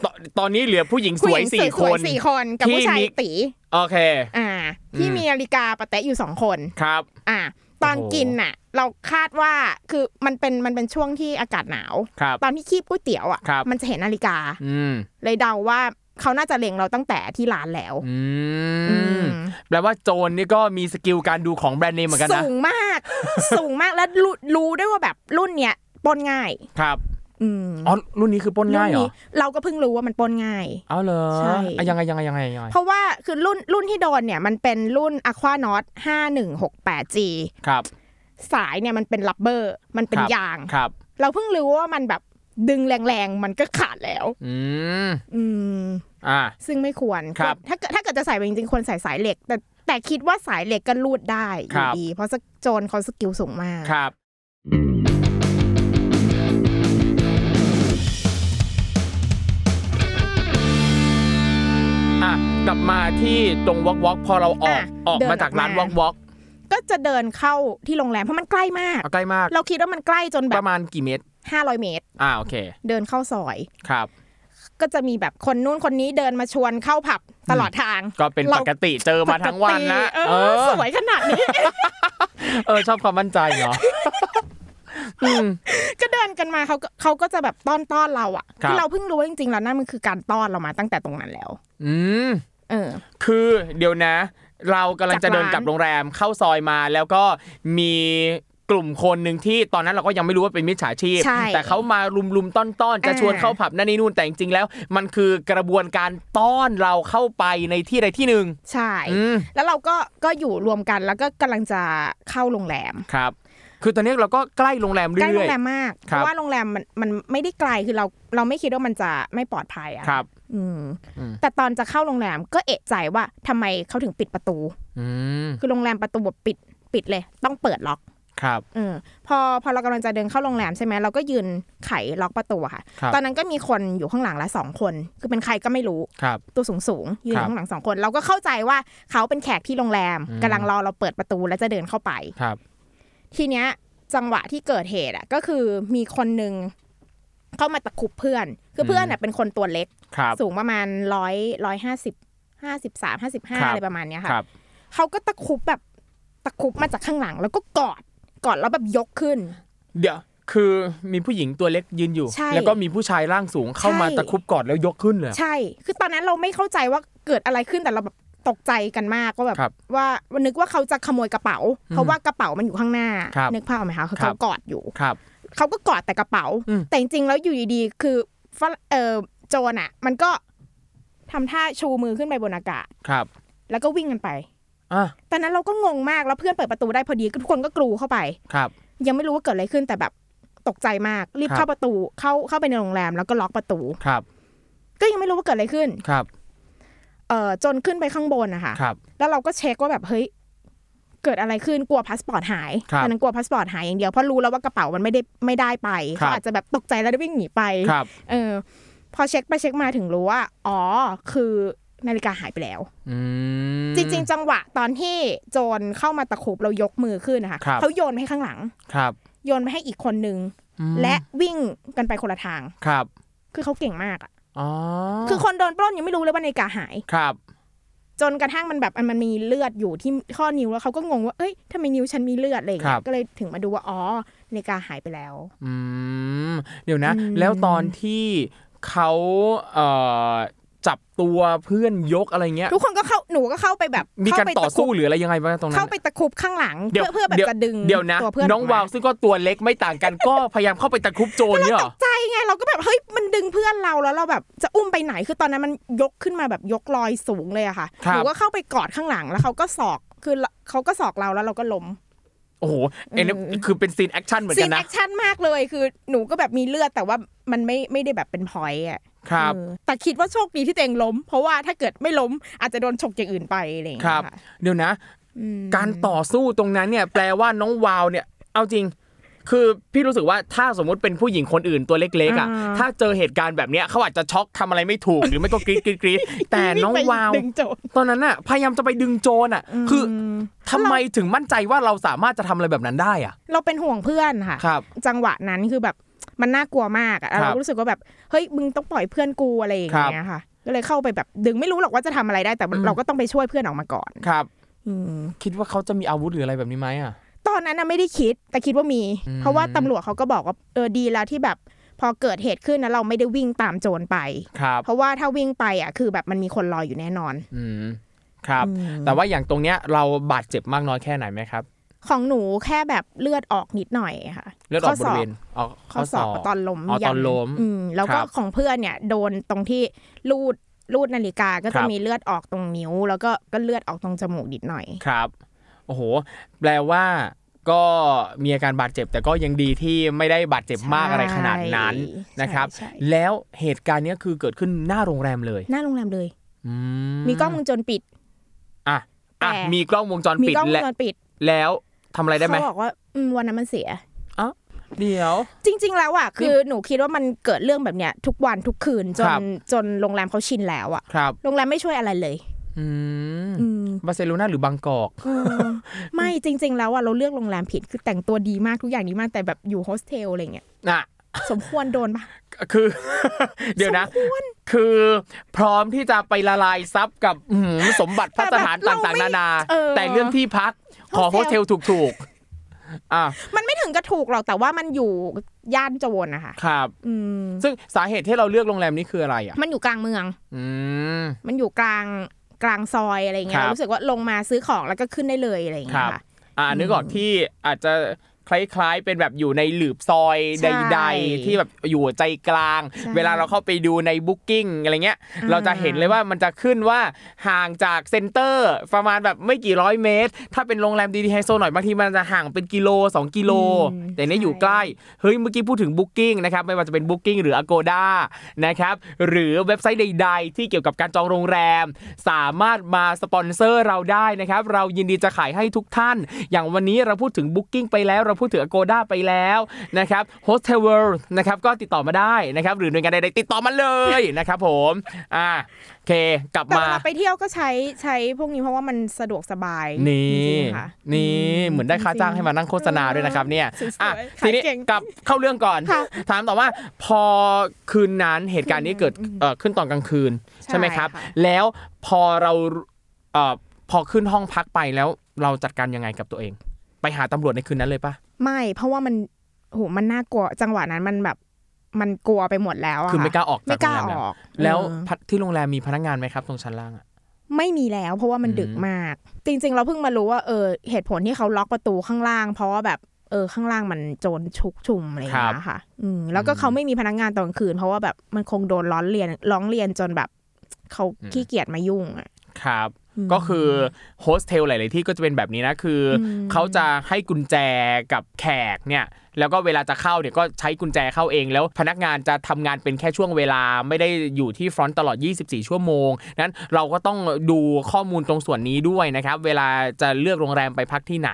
B: ตอนตอนนี้เหลือผู้หญิงส
C: ๆผู้ห
B: วย
C: ญิง
B: สี่
C: ส
B: ค
C: วย
B: น
C: ๆสี่คนกับ
B: ที่
C: ผู้ชาย
B: มี
C: ตี
B: โอเค
C: อ่า ที่
B: อืม
C: มีนาฬิกาปะเตะอยู่สองคน
B: ครับ
C: อ่า ตอน
B: โอ้โห
C: กินน่ะ เราคาดว่าคือมันเป็นมันเป็นช่วงที่อากาศหนาว
B: ครับ
C: ตอนที่คีบก๋วยเตี๋ยวอ่ะ
B: ครับ
C: มันจะเห็นนาฬิกา
B: อืม
C: เลยเดาว่าเขาน่าจะเล็งเราตั้งแต่ที่ร้านแล้ว
B: อื
C: อื
B: ม
C: ม
B: แปลว่าโจรนี่ก็มีสกิลการดูของแบรนด์เนมเหมือนกัน
C: สู
B: นะ
C: งมาก สูงมากแล้วรู้รู้ด้วยว่าแบบรุ่นเนี้ยปล้นง่าย
B: ครับ
C: อืม
B: อ๋อรุ่นนี้คือปล้นง่ายเหร
C: รุ่
B: อ
C: เราก็เพิ่งรู้ว่ามันปล้นง่าย
B: เอาเหรอ
C: ใช่
B: อ่ะยังไงยังไงยังไงยังไง
C: เพราะว่าคือรุ่นรุ่นที่โดนเนี่ยมันเป็นรุ่น Aqua n o t 5168G
B: ครับ
C: สายเนี่ยมันเป็นลับเบอร์ มันเป็น
B: ครับ
C: ยาง
B: ครับ
C: เราเพิ่งรู้ว่ามันแบบดึงแรงๆ มันก็ขาดแล้ว
B: อืม
C: อืม
B: อ่า
C: ซึ่งไม่ควร
B: ครับ
C: ถ้าเกิดถ้าเกิดจะใส่ไปจริงๆควรใส่สายเหล็ก แต่แต่คิดว่าสายเหล็กก็รูดได้อ
B: ครั
C: ยู่
B: บ
C: ดี เพราะโจรเขาสกิลสูงมาก
B: ครับ อ่ะ กลับมาที่ตรงวอกวอกพอเราออก
C: อ่ะ
B: ออก
C: เดินอ
B: มา
C: อก
B: จากร้านว
C: มา
B: อกวอก
C: ก็จะเดินเข้าที่โรงแรมเพราะมันใกล้มาก
B: เอาใกล้มาก
C: เราคิดว่ามันใกล้จนแบ
B: ป
C: บ
B: ระมาณกี่เมตร
C: 500 เมตร
B: อ่าโอเค
C: เดินเข้าซอย
B: ครับ
C: ก็จะมีแบบคนนู้นคนนี้เดินมาชวนเข้าผับตลอดทาง
B: ก็เป็นปกติเจอมาทั้งวันนะ
C: ปกติเออสวยขนาดนี้
B: เออชอบความมั่นใจ เนาะ
C: ก็เดินกันมาเขาก็เขาก็จะแบบต้อนต้อนเราอ่ะ
B: ครับ
C: ที่เราเพิ่งรู้ว่าจริงๆแล้วนั่นมันคือการต้อนเรามาตั้งแต่ตรงนั้นแล้ว
B: อืม
C: เออ
B: คือเดี๋ยวนะ เรากำลังจะเดินกลับโรงแรมเข้าซอยมาแล้วก็มีกลุ่มคนหนึ่งที่ตอนนั้นเราก็ยังไม่รู้ว่าเป็นมิจฉาชีพ
C: ใช่
B: แต่เขามารุมๆต้อนๆจะ
C: อ่า
B: ชวนเข้าผับนั่นนี่นู่นแต่จริงๆแล้ว มันคือกระบวนการต้อนเราเข้าไปในที่ใดที่หนึ่ง
C: ใช่
B: อืม
C: แล้วเราก็ก็อยู่รวมกันแล้วก็กำลังจะเข้าโรงแรม
B: ครับ คือตอนนี้เราก็ใกล้โรงแรม
C: ใกล้โร
B: เรื่อย
C: งแรมมาก
B: ค
C: เพ
B: รับ
C: ราะว่าโรงแรมมันมันไม่ได้ไกลคือเราเราไม่คิดว่ามันจะไม่ปลอดภัยอ่ะ
B: ๆครับ
C: อืม
B: อืม
C: แต่ตอนจะเข้าโรงแรมก็เอะใจว่าทำไมเขาถึงปิดประตู
B: อืม
C: คือโรงแรมประตูปิดปิดเลย ต้องเปิดล็อก
B: ครับ
C: เออพอพอเรากำลังจะเดินเข้าโรงแรมใช่ไหมเราก็ยืนไขล็อกประตูอะค่ะ
B: ครับ
C: ตอนนั้นก็มีคนอยู่ข้างหลังละสองคน คือเป็นใครก็ไม่รู้
B: ครับ
C: ตัวสูงสูงๆยืนอ
B: ครับ
C: ยู่ข้างหลังสองคน เราก็เข้าใจว่าเขาเป็นแขกที่โรงแรม
B: อืม
C: กำลังรอเราเปิดประตูแล้วจะเดินเข้าไป
B: ครับ
C: ทีเนี้ยจังหวะที่เกิดเหตุอะก็คือมีคนหนึ่งเข้ามาตะครุบเพื่อน คือเพื่อนอะเป็นคนตัวเล็ก
B: ครับ
C: สูงประมาณร้อยร้อยห้าสิบห้าสิบสามห้าสิบห้า
B: ครับ
C: อะไรประมาณเนี้ยค่ะ
B: ครับ
C: เขาก็ตะครุบแบบตะครุบมาจากข้างหลัง แล้วก็กอดกอดแล้วแบบยกขึ้น
B: เดี๋ยวคือมีผู้หญิงตัวเล็กยืนอยู่
C: ใช่
B: แล้วก็มีผู้ชายร่างสูงเข้ามา
C: ใช่
B: ตะครุบกอดแล้วยกขึ้นเลยอะ
C: ใช่ คือตอนนั้นเราไม่เข้าใจว่าเกิดอะไรขึ้นแต่เราแบบตกใจกันมากก็แบบ
B: ครับ
C: ว่าวันนึกว่าเขาจะขโมยกระเป๋า เพราะว่ากระเป๋ามันอยู่ข้างหน้า
B: ครับ
C: นึกภาพออกไหมคะคือ
B: ครั
C: เขา
B: บ
C: กอดอยู่
B: ครับ
C: เขาก็กอดแต่กระเป๋า
B: อืม
C: แต่จริงๆแล้วอยู่ดีๆคือฝรั่งเออโจรอ่ะ มันก็ทำท่าชูมือขึ้นไปบนอากาศ
B: ครับ
C: แล้วก็วิ่งกันไป
B: อ่ะ
C: ตอนนั้นเราก็งงมากแล้วเพื่อนเปิดประตูได้พอดีทุกคนก็กรูเข้าไป
B: ครับ
C: ยังไม่รู้ว่าเกิดอะไรขึ้นแต่แบบตกใจมากรีบ
B: ครั
C: เข้า
B: บ
C: ประตูเข้าเข้าไปในโรงแรมแล้วก็ล็อกประตู
B: ครับ
C: ก็ยังไม่รู้ว่าเกิดอะไรขึ้น
B: ครับ
C: เอ่อจนขึ้นไปข้างบนนะคะ
B: ครับ
C: แล้วเราก็เช็คว่าแบบเฮ้ยเกิดอะไรขึ้นกลัวพาสปอร์ตหาย
B: ครับ
C: ตอนนั้นกลัวพาสปอร์ตหายอย่างเดียวเพราะรู้แล้วว่ากระเป๋ามันไม่ได้ไม่ได้ไป
B: ครับ
C: เขาอาจจะแบบตกใจแล้วได้วิ่งหนีไป
B: ครับ
C: เออพอเช็คไปเช็คมาถึงรู้ว่าอ๋อคือนาฬิกาหายไปแล้ว
B: อืม
C: จริง ๆ จังหวะตอนที่โจรเข้ามาตะครุบเรายกมือขึ้นนะคะ
B: ครับ
C: เขาโยนไปให้ข้างหลัง
B: ครับ
C: โยนไปให้อีกคนนึง
B: อืม
C: และวิ่งกันไปคนละทาง
B: ครับ
C: คือเขาเก่งมากอะ
B: อ๋อ
C: คือคนโดนปล้นยังไม่รู้เลยว่านาฬิกาหาย
B: ครับ
C: จนกระทั่งมันแบบมันมีเลือดอยู่ที่ข้อนิ้วแล้วเขาก็งงว่า เอ้ยทำไมนิ้วฉันมีเลือดอะไรอย่าง
B: ค
C: เงี้
B: รับ
C: ยก็เลยถึงมาดูว่า อ๋อนาฬิกาหายไปแล้ว
B: อืม เดี๋ยวนะ
C: อืม
B: แล้วตอนที่เขาเอ่อจับตัวเพื่อนยกอะไรเงี้ย
C: ทุกคนก็เข้าหนูก็เข้าไปแบบ
B: มีการ
C: เข้ไป
B: ต่อสู้
C: ะครุบ
B: หรืออะไรยังไงบ้างตรงนั้
C: เข้าน ไปตะครุบข้างหลัง เพื่อเพื่อแบบจะดึง
B: เดี๋ยวนะ
C: ตัวเพื่อน
B: น้อง
C: กม
B: วาวซึ่งก็ตัวเล็กไม่ต่างกัน ก็พยายามเข้าไปตะครุบโจรเนี่ยเหรอ
C: ใจไงเราก็แบบเฮ้ยมันดึงเพื่อนเราแล้วเราแบบจะอุ้มไปไหนคือตอนนั้นมันยกขึ้นมาแบบยกลอยสูงเลยอะค่ะ
B: ครับ
C: หนูก็เข้าไปกอดข้างหลังแล้วเขาก็สอกคือเขาก็สอกเราแล้วเราก็ล้ม
B: โอ้โหเอ็น
C: อืม
B: คือเป็นซีนแอคชั่นเหมือน
C: ซี
B: กัน น
C: แอ
B: นะ
C: คชั่นมากเลยคือหนูก็แบบมีเลือดแต่ว่ามันไม่ไม่ได้แบบเป็นพอยต์อะ
B: ครับ
C: เออแต่คิดว่าโชคดีที่ตัวเองล้ม เพราะว่าถ้าเกิดไม่ล้มอาจจะโดนฉกอย่างอื่นไปอะไรอย่าง
B: ค
C: เงี้
B: รับ
C: ยค่ะ
B: เดี๋ยวนะ
C: อืม
B: การต่อสู้ตรงนั้นเนี่ย แปลว่าน้องวาวเนี่ย เอาจริง คือพี่รู้สึกว่าถ้าสมมุติเป็นผู้หญิงคนอื่นตัวเล็กๆอ่ะ ถ้าเจอเหตุการณ์แบบเนี้ยเขาอาจจะช็อกทำอะไรไม่ถูก หรือไม่ก็กรี๊ดกรี๊ดกรี๊ดแต่น้อง
C: วิ่ไป
B: วาว
C: ดึงโจร
B: ตอนนั้นน่ะพยายามจะไปดึงโจรอ่ะ คือทำไมถึงมั่นใจว่าเราสามารถจะทำอะไรแบบนั้นได้อ่ะ
C: เราเป็นห่วงเพื่อนค่ะ
B: ครับ
C: จังหวะนั้นคือแบบมันน่ากลัวมากอะ
B: ครับ
C: เรารู้สึกว่าแบบเฮ้ยมึงต้องปล่อยเพื่อนกูอะไรอย่างเงี้ยค่ะก็เลยเข้าไปแบบดึงไม่รู้หรอกว่าจะทำอะไรได้แต่
B: อืม
C: เราก็ต้องไปช่วยเพื่อนออกมาก่อน
B: ครับ
C: อืม
B: คิดว่าเขาจะมีอาวุธหรืออะไรแบบนี้ไหมอ่ะ
C: ตอนนั้นนะไม่ได้คิดแต่คิดว่ามี
B: อืม
C: เพราะว่าตำรวจเขาก็บอกว่าเออดีแล้วที่แบบพอเกิดเหตุขึ้นนะเราไม่ได้วิ่งตามโจรไป
B: ครับ
C: เพราะว่าถ้าวิ่งไปอ่ะคือแบบมันมีคนรออยู่แน่นอน
B: อืม ครับ
C: อืม
B: แต่ว่าอย่างตรงเนี้ยเราบาดเจ็บมากน้อยแค่ไหนไหมครับ
C: ของหนูแค่แบบเลือดออกนิดหน่อยค่ะ
B: เลือดออกบ
C: ศ
B: ริเวณอ๋อ
C: ข้อสอบ
B: ข้
C: ตอนล้ม
B: อ๋อตอน
C: ยัน
B: ล้ม
C: อืมแล้ว
B: ค
C: ก็
B: รับ
C: ของเพื่อนเนี่ย โดนตรงที่รูดรูดนาฬิกาก็
B: ครั
C: จะ
B: บ
C: มีเลือดออกตรงนิ้ว แล้วก็ก็เลือดออกตรงจมูกนิดหน่อย
B: ครับ โอ้โห แปลว่าก็มีอาการบาดเจ็บ แต่ก็ยังดีที่ไม่ได้บาดเจ็บมากอะไรขนาดนั้น
C: ใช่
B: นะครับ
C: ใช่ใช่
B: แล้วเหตุการณ์เนี้ยคือเกิดขึ้นหน้าโรงแรมเลย
C: หน้าโรงแรมเลย
B: อื
C: มีกล้องวงจรปิด
B: อ่ะอ่ะ
C: แต่
B: มีกล้องวงจร
C: มี
B: ปิด
C: กล้องวง
B: และ
C: จรปิด
B: แล้วทำอะไรได้ไหม
C: เขาบอกว่าอืมวันนั้นมันเสีย
B: อ้าวเดี๋ยว
C: จริง ๆ แล้วอ่ะคือหนูคิดว่ามันเกิดเรื่องแบบเนี้ยทุกวันทุกคืนจน
B: ครับ
C: จนโรงแรมเขาชินแล้วอ่ะ
B: ครับ
C: โรงแรมไม่ช่วยอะไรเลย
B: อืม
C: อืม
B: บาร์เซโลนาหรือบางกอก
C: เออไม่จริง ๆ แล้วอ่ะเราเลือกโรงแรมผิดคือแต่งตัวดีมากทุกอย่างดีมากแต่แบบอยู่โฮสเทลอะไรเงี้ย
B: น่ะ
C: สมควรโดนปะ
B: คือ เดี๋ยวนะ คือพร้อมที่จะไปละลายทรัพย์กับอื้อหือสมบัติพัสถาน
C: แต่แบบ
B: ต่างๆ นานา
C: เออ
B: แต่เรื่องที่พักขอโฮ
C: โฮ
B: ส
C: ส
B: เท
C: เท
B: ล
C: ล
B: ถูกๆ อ่ะ
C: มันไม่ถึงกระถูกหรอกแต่ว่ามันอยู่ย่านโจรนะคะ
B: ครับ
C: อืม
B: ซึ่งสาเหตุที่เราเลือกโรงแรมนี้คืออะไรอ่ะ
C: มันอยู่กลางเมือง
B: อืม
C: มันอยู่กลางกลางซอยอะไรเงี้
B: ครับ
C: ยเรารู้สึกว่าลงมาซื้อของแล้วก็ขึ้นได้เลยอะไร
B: ค
C: เงี้
B: รั
C: ย
B: บ
C: ค่ะ
B: อ่านึกออกที่อาจจะคล้ายๆ เป็นแบบอยู่ในหลืบซอย
C: ใช่
B: ใดๆ ที่แบบอยู่ใจกลาง
C: ใช่
B: เวลาเราเข้าไปดูใน Booking อะไรเงี้ย
C: อ่า
B: เราจะเห็นเลยว่ามันจะขึ้นว่าห่างจากเซ็นเตอร์ประมาณแบบไม่กี่ร้อยเมตร ถ้าเป็นโรงแรมดีๆไฮโซหน่อยบางทีมันจะห่างเป็นกิโล 2 กิโล แต่เนี้ยอยู่ใกล้ เฮ้ยเมื่อกี้พูดถึง Booking นะครับไม่ว่าจะเป็น Booking หรือ Agoda นะครับหรือเว็บไซต์ใด ๆ ที่เกี่ยวกับการจองโรงแรม สามารถมาสปอนเซอร์เราได้นะครับ เรายินดีจะขายให้ทุกท่าน อย่างวันนี้เราพูดถึง Booking ไปแล้ว เราพูดถึง Agoda ไปแล้วนะครับ Hotel World นะครับก็ติดต่อมาได้นะครับ หรือหน่วยงานใดๆติดต่อมาเลยนะครับผมอ่าโอเคกลับ
C: แต่
B: มา
C: เวลาไปเที่ยวก็ใช้ใช้พวกนี้เพราะว่ามันสะดวกสบาย
B: นี
C: จ่ ริงๆค่ะ
B: นี่เหมือนได้ค่าจ้างให้มานั่งโฆษณาด้วยนะครับเนี่ย
C: สวยๆ
B: อ่ะ
C: ขาย
B: ทีนี้
C: เก่ง
B: กลับเข้าเรื่องก่อน
C: ค่ะ
B: ถามต่อว่าพอคืนนั้นเหตุการณ์นี้เกิดเอ่อขึ้นตอนกลางคืน ใช่ไหมครับ
C: ะ
B: แล้วพอเราเอ่อพอขึ้นห้องพักไปแล้วเราจัดการยังไงกับตัวเอง ไปหาตำรวจในคืนนั้นเลยปะ
C: ไม่เพราะว่ามันโหมันน่ากลัวจังหวะนั้นมันแบบมันกลัวไปหมดแล้วอะ
B: คือไม่ก
C: ค่ะ
B: ล้าออก
C: ไม่
B: จาก
C: ก
B: โรง
C: ล้า
B: แรม
C: อ
B: แล้ว
C: อก
B: แล้ว
C: เออ
B: พักที่โรงแรมมีพนักงานไหมครับตรงชั้นล่างอะ
C: ไม่มีแล้วเพราะว่ามัน
B: อืม
C: ดึกมาก จริง ๆ เราเพิ่งมารู้ว่าเออเหตุผลที่เขาล็อกประตูข้างล่าง เพราะว่าแบบเออข้างล่างมันโจรชุกชุมอะไรอย่างเงี้ยค่ะ อืมแล้วก็
B: อืม
C: เขาไม่มีพนักงานตอนกลางคืน เพราะว่าแบบมันคงโดนร้อนเรียนร้องเรียนจนแบบเขา
B: อืม
C: ขี้เกียจมายุ่งอ่ะ
B: ครับ
C: อืม
B: ก็คือโฮสเทลหลาย ๆ ที่ก็จะเป็นแบบนี้นะ คืออ
C: ม
B: เขาจะให้กุญแจกับแขกเนี่ย แล้วก็เวลาจะเข้าเนี่ยก็ใช้กุญแจเข้าเอง แล้วพนักงานจะทำงานเป็นแค่ช่วงเวลาไม่ได้อยู่ที่ฟรอนต์ตลอด 24 ชั่วโมง นั้นเราก็ต้องดูข้อมูลตรงส่วนนี้ด้วยนะครับ เวลาจะเลือกโรงแรมไปพักที่ไหน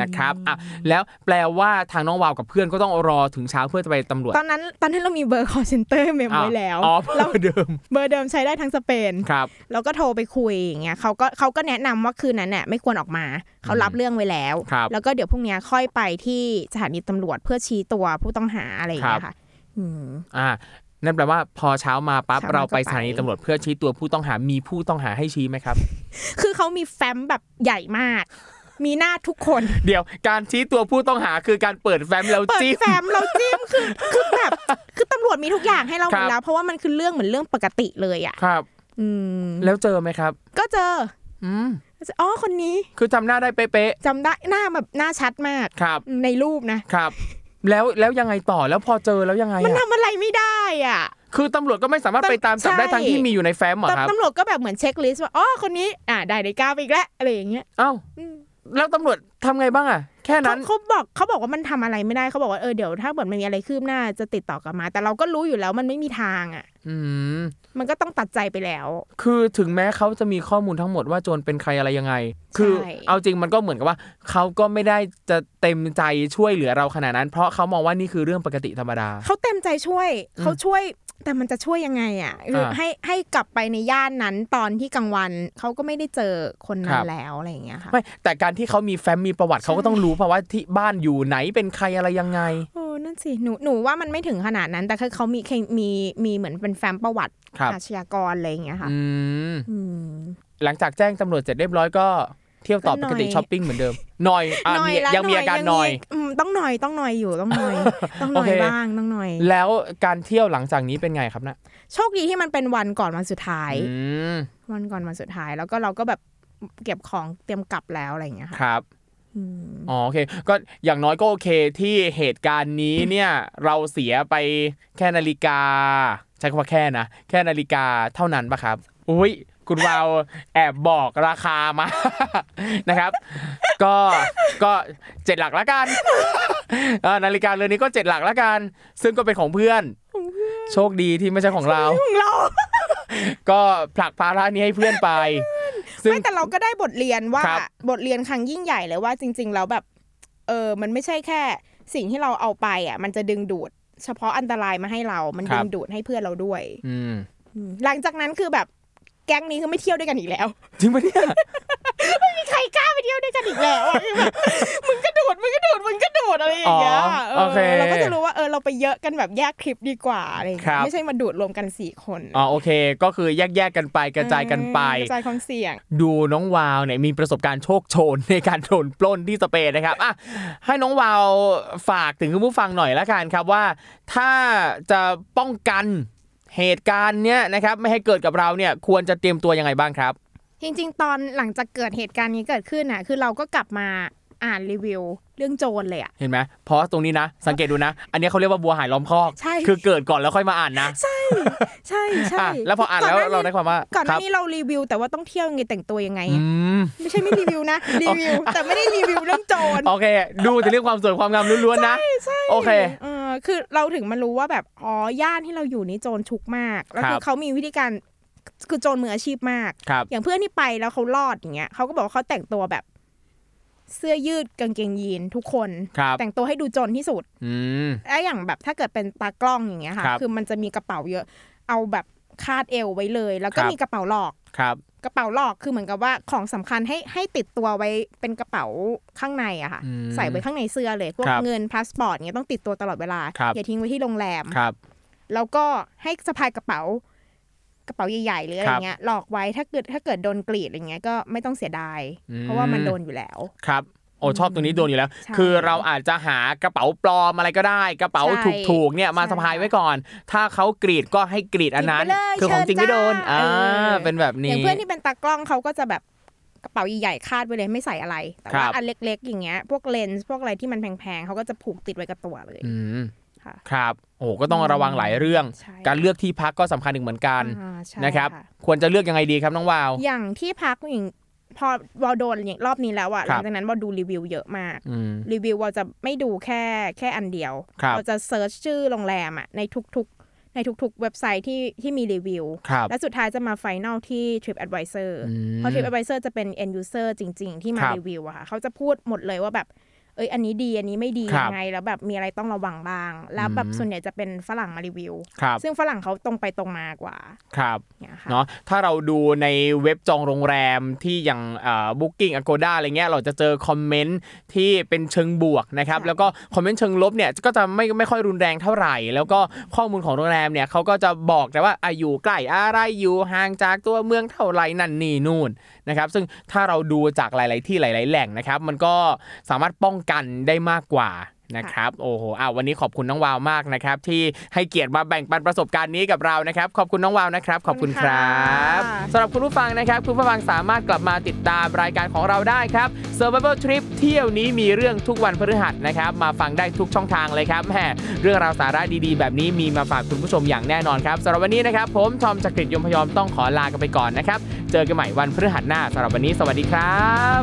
B: นะครับอ่ะแล้วแปลว่าทางน้องวาวกับเพื่อนก็ต้องรอถึงเช้าเพื่อจะไปตำรวจ
C: ตอนนั้นตอนนั้นเรามีเบอร์ call center เมมไว้แล้ว
B: อ๋ อเพื่อเดิม
C: เบอร์เดิมใช้ได้ทั้งสเปน
B: ครับ
C: แล้วก็โทรไปคุยอย่างเงี้ยเขาก็เขาก็แนะนำว่าคืนนั้นเนี่ยไม่ควรออกมาเขารับเรื่องไว้แล้ว
B: ครับ
C: แล้วก็เดี๋ยวพรุ่งเนี้ยค่อยไปที่สถานีตำรวจเพื่อชี้ตัวผู้ต้องหาอะไรอย่างเงี้ยค่ะ อืม
B: อ่านั่นแปลว่าพอเช้ามาปั๊บ
C: เช้ามา
B: เราไป
C: ก็ไป
B: สถานีตำรวจเพื่อชี้ตัวผู้ต้องหา มีผู้ต้องหาให้ชี้ไหมครับ
C: คือเขามีแฟ้มแบบใหญ่มาก มีหน้าทุก คน
B: เดี๋ยวการชี้ตัวผู้ต้องหาคือการเปิดแฟ้มแล้ว
C: เปิด
B: จิ้ม
C: แฟ้มเราจิ้มคือคือแบบ คือตำรวจมีทุกอย่างให้เราหม
B: ครั
C: ด
B: บ
C: แล้ว เพราะว่ามันคือเรื่องเหมือนเรื่องปกติเลยอ่ะ
B: ครับ
C: อืม
B: แล้วเจอไหมครับ
C: ก็เจอ
B: อืม
C: อ๋อคนนี้
B: คือจำหน้าได้เป๊ะ
C: จำได้หน้าแบบหน้าชัดมาก
B: ๆครับ
C: ในรูปนะ
B: ครับ แล้วแล้วยังไงต่อแล้วพอเจอแล้วยังไง
C: มัน
B: อ่ะ
C: ทำอะไรไม่ได้อ่ะ
B: คือตำรวจก็ไม่สามารถ
C: ตำ
B: ไปตามจับได้
C: ใช่
B: ทั้งที่มีอยู่ในแฟ้มเหรอครับ
C: ตำรวจก็แบบเหมือนเช็คลิสต์ว่าอ๋อคนนี้อ่าได้ในาฬิกาไปอีกแล้วอะไรอย่างเงี้ย
B: เอ้า
C: อืม
B: แล้วตำรวจทำไงบ้างอ่ะ แค่
C: เขา
B: นั้น
C: เขาบอกเขาบอกว่ามันทำอะไรไม่ได้เขาบอกว่าเออเดี๋ยวถ้าเกิดมันมีอะไรคืบหน้าจะติดต่อกลับมา แต่เราก็รู้อยู่แล้วมันไม่มีทางอ่ะ
B: อืม
C: มันก็ต้องตัดใจไปแล้ว
B: คือถึงแม้เขาจะมีข้อมูลทั้งหมดว่าโจรเป็นใครอะไรยังไง คือ
C: ใช่
B: เอาจริงมันก็เหมือนกับว่าเขาก็ไม่ได้จะเต็มใจช่วยเหลือเราขนาดนั้น เพราะเขามองว่านี่คือเรื่องปกติธรรมดา
C: เขาเต็มใจช่วย
B: อืม
C: เขาช่วยแต่มันจะช่วยยังไงอ่ะคืออา ให้ให้กลับไปในย่านนั้นตอนที่กลางวันเขาก็ไม่ได้เจอคน
B: ค
C: นั้
B: รั
C: น
B: บ
C: แล้วอะไรอย่างเงี้ยค่ะ
B: ไม่แต่การที่เขามีแฟ้มมีประวัติเขาก็ต้องรู้เพราะว่าที่บ้านอยู่ไหนเป็นใครอะไรยังไง
C: โอ้นั่นสิหนูหนูว่ามันไม่ถึงขนาดนั้นแต่คือเขามีเคยมีมีเหมือนเป็นแฟ้มประวัติ
B: ครับ
C: อาชญากรอะไรอย่างเงี้ยค่ะ
B: อืม
C: อืม
B: หลังจากแจ้งตำรวจเสร็จเรียบร้อยก็เที่ยวต่อ
C: ก็ห
B: ป
C: น่อ
B: ก
C: ย
B: ติช้อปปิ้งเหมือนเดิมหน่อยอ่ะ
C: หน่อย
B: มี
C: ละ
B: ยังมีอาการหน่อย
C: อืมต้องหน่อยต้องหน่อยอยู่ต้อง หน่อย ต้องหน่
B: โอ
C: อ
B: ยเค
C: บ้างต้องหน่อย
B: แล้วการเที่ยวหลังจากนี้เป็นไงครับนะ
C: โชคดีที่มันเป็นวันก่อนวันสุดท้าย
B: อืม
C: วันก่อนวันสุดท้าย แล้วก็เราก็แบบเก็บของเตรียมกลับแล้วอะไรอย่างเงี้ย
B: ค
C: ค่ะ
B: รับ
C: อืม
B: อ๋อโอเคก็อย่างน้อยก็โอเคที่เหตุการณ์นี้เนี่ย เราเสียไปแค่นาฬิกา ใช้คำว่าแค่นะ แค่นาฬิกาเท่านั้นปะครับ อุ้ยคุณวาวแอบบอกราคามา นะครับ ก็ก็เจ็ดหลักละกัน เออนาฬิกาเรือนนี้ก็เจ็ดหลักละกัน ซึ่งก็เป็นของเพื่อน โชคดีที่ไม่ใช่ของเรา
C: ของเรา
B: ก็ผลักภาระนี้ให้เพื่อนไป ซึ่ง
C: ไม่แต่เราก็ได้บทเรียนว่า
B: ครับ
C: บทเรียนครั้งยิ่งใหญ่เลยว่าจริง ๆ แล้วแบบเออมันไม่ใช่แค่สิ่งที่เราเอาไปอ่ะ มันจะดึงดูด เฉพาะอันตรายมาให้เรา มันดึงดูดให้เพื่อนเราด้วย
B: อืม
C: หลังจากนั้นคือแบบแก๊งนี้คือไม่เที่ยวด้วยกันอีกแล้ว
B: จริงปะเนี่ย
C: ใครกล้าไปเที่ยวด้วยกันอีกแล้วอะคือแบบ มึงกระโดดมึงกระโดดมึงกระโดดอะไรอย่างเงี้ย
B: อ๋อโอเค
C: เราก็จะรู้ว่าเออเราไปเยอะกันแบบแยกคลิปดีกว่าอะไรอย่าง
B: ครั
C: เงี้ย
B: บ
C: ไม่ใช่มาดูดรวมกันสี่คน
B: อ๋อโอเค ก็คือแยกๆกันไปกระจายกันไป
C: กระจายความเสี่ยง
B: ดูน้องวาวเนี่ยมีประสบการณ์โชคโชน ในการโดนปล้นที่สเปนนะครับอ่ะให้น้องวาวฝากถึงคุณผู้ฟังหน่อยละกันครับว่า ถ้าจะป้องกันเหตุการณ์เนี้ยนะครับไม่ให้เกิดกับเราเนี่ยควรจะเตรียมตัวยังไงบ้างครับ
C: จริงๆ ตอนหลังจากเกิดเหตุการณ์นี้เกิดขึ้นน่ะ คือเราก็กลับมาอ่านรีวิวเรื่องโจรเลยอ่ะ
B: เห็นไหมพอสตรงนี้นะ สังเกตดูนะ อันนี้เขาเรียกว่าบัวหายล้อมคอก
C: ใช่
B: คือเกิดก่อนแล้วค่อยมาอ่านนะ
C: ใช่ ใช่ใช่
B: อ่ะแล้วพออ่านแล้วเราได้ความว่า
C: ก่อนห
B: ค
C: น้า
B: รับ
C: นี้เรารีวิว แต่ว่าต้องเที่ยวยังไงแต่งตัวยังไง
B: อื
C: อะ
B: ม
C: ไม่ใช่ไม่รีวิว นะ รีวิว แต่ไม่ได้รีวิวเรื่องโจร
B: โอเค ดูแต่เรื่องความสวยความงามล้วนๆนะ
C: ใช่
B: โอเค
C: เออคือเราถึงมารู้ว่าแบบอ๋อย่านที่เราอยู่นี่โจรชุกมาก แล้วคื
B: ครั
C: อบ เขามีวิธีการคือโจรมืออาชีพมาก
B: ครับ
C: อย่างเพื่อนที่ไปแล้วเขารอดอย่างเงี้ยเขาก็บอกว่าเขาแต่งตัวแบบ เสื้อยืดกางเกงยีนทุกคน
B: ครับ
C: แต่งตัวให้ดูจนที่สุด
B: อืม
C: แล้วอย่างแบบถ้าเกิดเป็นตากล้องอย่างเงี้ยค่ะ
B: ครับ
C: คือมันจะมีกระเป๋าเยอะ เอาแบบคาดเอวไว้เลย แล้ว
B: ค
C: ก็
B: รับ
C: มีกระเป๋าหลอก
B: ครับ
C: กระเป๋าหลอกคือเหมือนกับว่าของสำคัญให้ให้ติดตัวไว้เป็นกระเป๋าข้างในอะค่ะ
B: อืม
C: ใส่ไว้ข้างในเสื้อเลย พวก
B: ครับ
C: เงินพาสปอร์ตเงี้ยต้องติดตัวตลอดเวลา
B: ครับ
C: อย่าทิ้งไว้ที่โรงแรม
B: ครับ
C: แล้วก็ให้สะพายกระเป๋า กระเป๋าใหญ่ๆหรืออะไร
B: ครับ
C: เงี้ยหลอกไว้ถ้าเกิดถ้าเกิดโดนกรีดอะไรเงี้ยก็ไม่ต้องเสียดาย
B: อืม
C: เพราะว่ามันโดนอยู่แล้ว
B: ครับโอ้ชอบตรงนี้โดนอยู่แล้ว
C: ใช่
B: คือเราอาจจะหากระเป๋าปลอมอะไรก็ได้ กระเป๋า
C: ใช่
B: ถูกๆเนี่ยมา
C: ใช่
B: สะพายไว้ก่อน ถ้าเขากรีดก็ให้กรีดอันนั้น
C: กรีดไปเลย
B: คือของจริงไม่โดน
C: เชิญจ้า
B: อ่า
C: เออ
B: เป็นแบบ
C: อย่า
B: นี้
C: งเพื่อนที่เป็นตากล้องเขาก็จะแบบกระเป๋าใหญ่ๆคาดไว้เลยไม่ใส่อะไร แต่
B: ครั
C: ว่า
B: บ
C: อันเล็กๆ อย่างเงี้ยพวกเลนส์พวกอะไรที่มันแพงๆเขาก็จะผูกติดไว้กับตัวเลย
B: อืม
C: ค่ะ
B: ครับโอ้ก็ต้องระวังหลายเรื่อง
C: ใช่
B: การเลือกที่พักก็สำคัญอีกเหมือนกัน
C: อ่าใช่
B: นะครับ
C: ะ
B: ควรจะเลือกยังไงดีครับน้องวาว
C: อย่างที่พักอย่างพอวอลโดนอย่างรอบนี้แล้วอะ
B: ค
C: ห
B: รับ
C: ลังจากนั้นวอลดูรีวิวเยอะมาก
B: อืม
C: รีวิววอลจะไม่ดูแค่แค่อันเดียว
B: ครับ
C: เราจะเซิร์ชชื่อโรงแรมอะในทุกๆ ในทุกๆ เว็บไซต์ที่ที่มีรีวิว
B: ครับ
C: และสุดท้ายจะมาไฟแนลที่ TripAdvisor
B: อืม
C: เพราะ TripAdvisor จะเป็น end user จริง ๆ ที่มา
B: ครับ
C: รีวิวอะค่ะเขาจะพูดหมดเลยว่าแบบ เอ้ยอันนี้ดีอันนี้ไม่ดี
B: ครั
C: ยั
B: บ
C: งไงแล้วแบบมีอะไรต้องระวังบ้าง แล้วแบบ
B: อืม
C: ส่วนใหญ่จะเป็นฝรั่งมารีวิว
B: ครับ
C: ซึ่งฝรั่งเขาตรงไปตรงมากว่า
B: ครับ
C: เนี่ยค่ะ
B: เนาะถ้าเราดูในเว็บจองโรงแรมที่อย่างบุ๊กิ้งอ Booking Agoda อะไรเงี้ยเราจะเจอคอมเมนต์ที่เป็นเชิงบวกนะครับ
C: ใช่
B: แล้วก็คอมเมนต์เชิงลบเนี่ยก็จะไม่ไม่ค่อยรุนแรงเท่าไหร่ แล้วก็ข้อมูลของโรงแรมเนี่ยเขาก็จะบอกแต่ว่าอะอยู่ใกล้อะไรอยู่ห่างจากตัวเมืองเท่าไหร่นั่นนี่นู่นนะครับ ซึ่งถ้าเราดูจากหลาย ๆ ที่หลาย ๆ แหล่งนะครับ มันก็สามารถป้องกันได้มากกว่านะครับโอ้โหอ่ะวันนี้ขอบคุณน้องวาวมากนะครับ ที่ให้เกียรติมาแบ่งปันประสบการณ์นี้กับเรานะครับ ขอบคุณน้องวาวนะครับ ขอบคุณครับ
C: ขอบคุณค่ะ
B: สำหรับคุณผู้ฟังนะครับ คุณผู้ฟังสามารถกลับมาติดตามรายการของเราได้ครับ Survival Trip เที่ยวนี้มีเรื่องทุกวันพฤหัสนะครับ มาฟังได้ทุกช่องทางเลยครับแหมเรื่องราวสาระดีๆ แบบนี้มีมาฝากคุณผู้ชมอย่างแน่นอนครับสำหรับวันนี้นะครับ ผมทอมจักริดยมพยอมต้องขอลากันไปก่อนนะครับ เจอกันใหม่วันพฤหัสหน้าสำหรับวันนี้สวัสดีครับ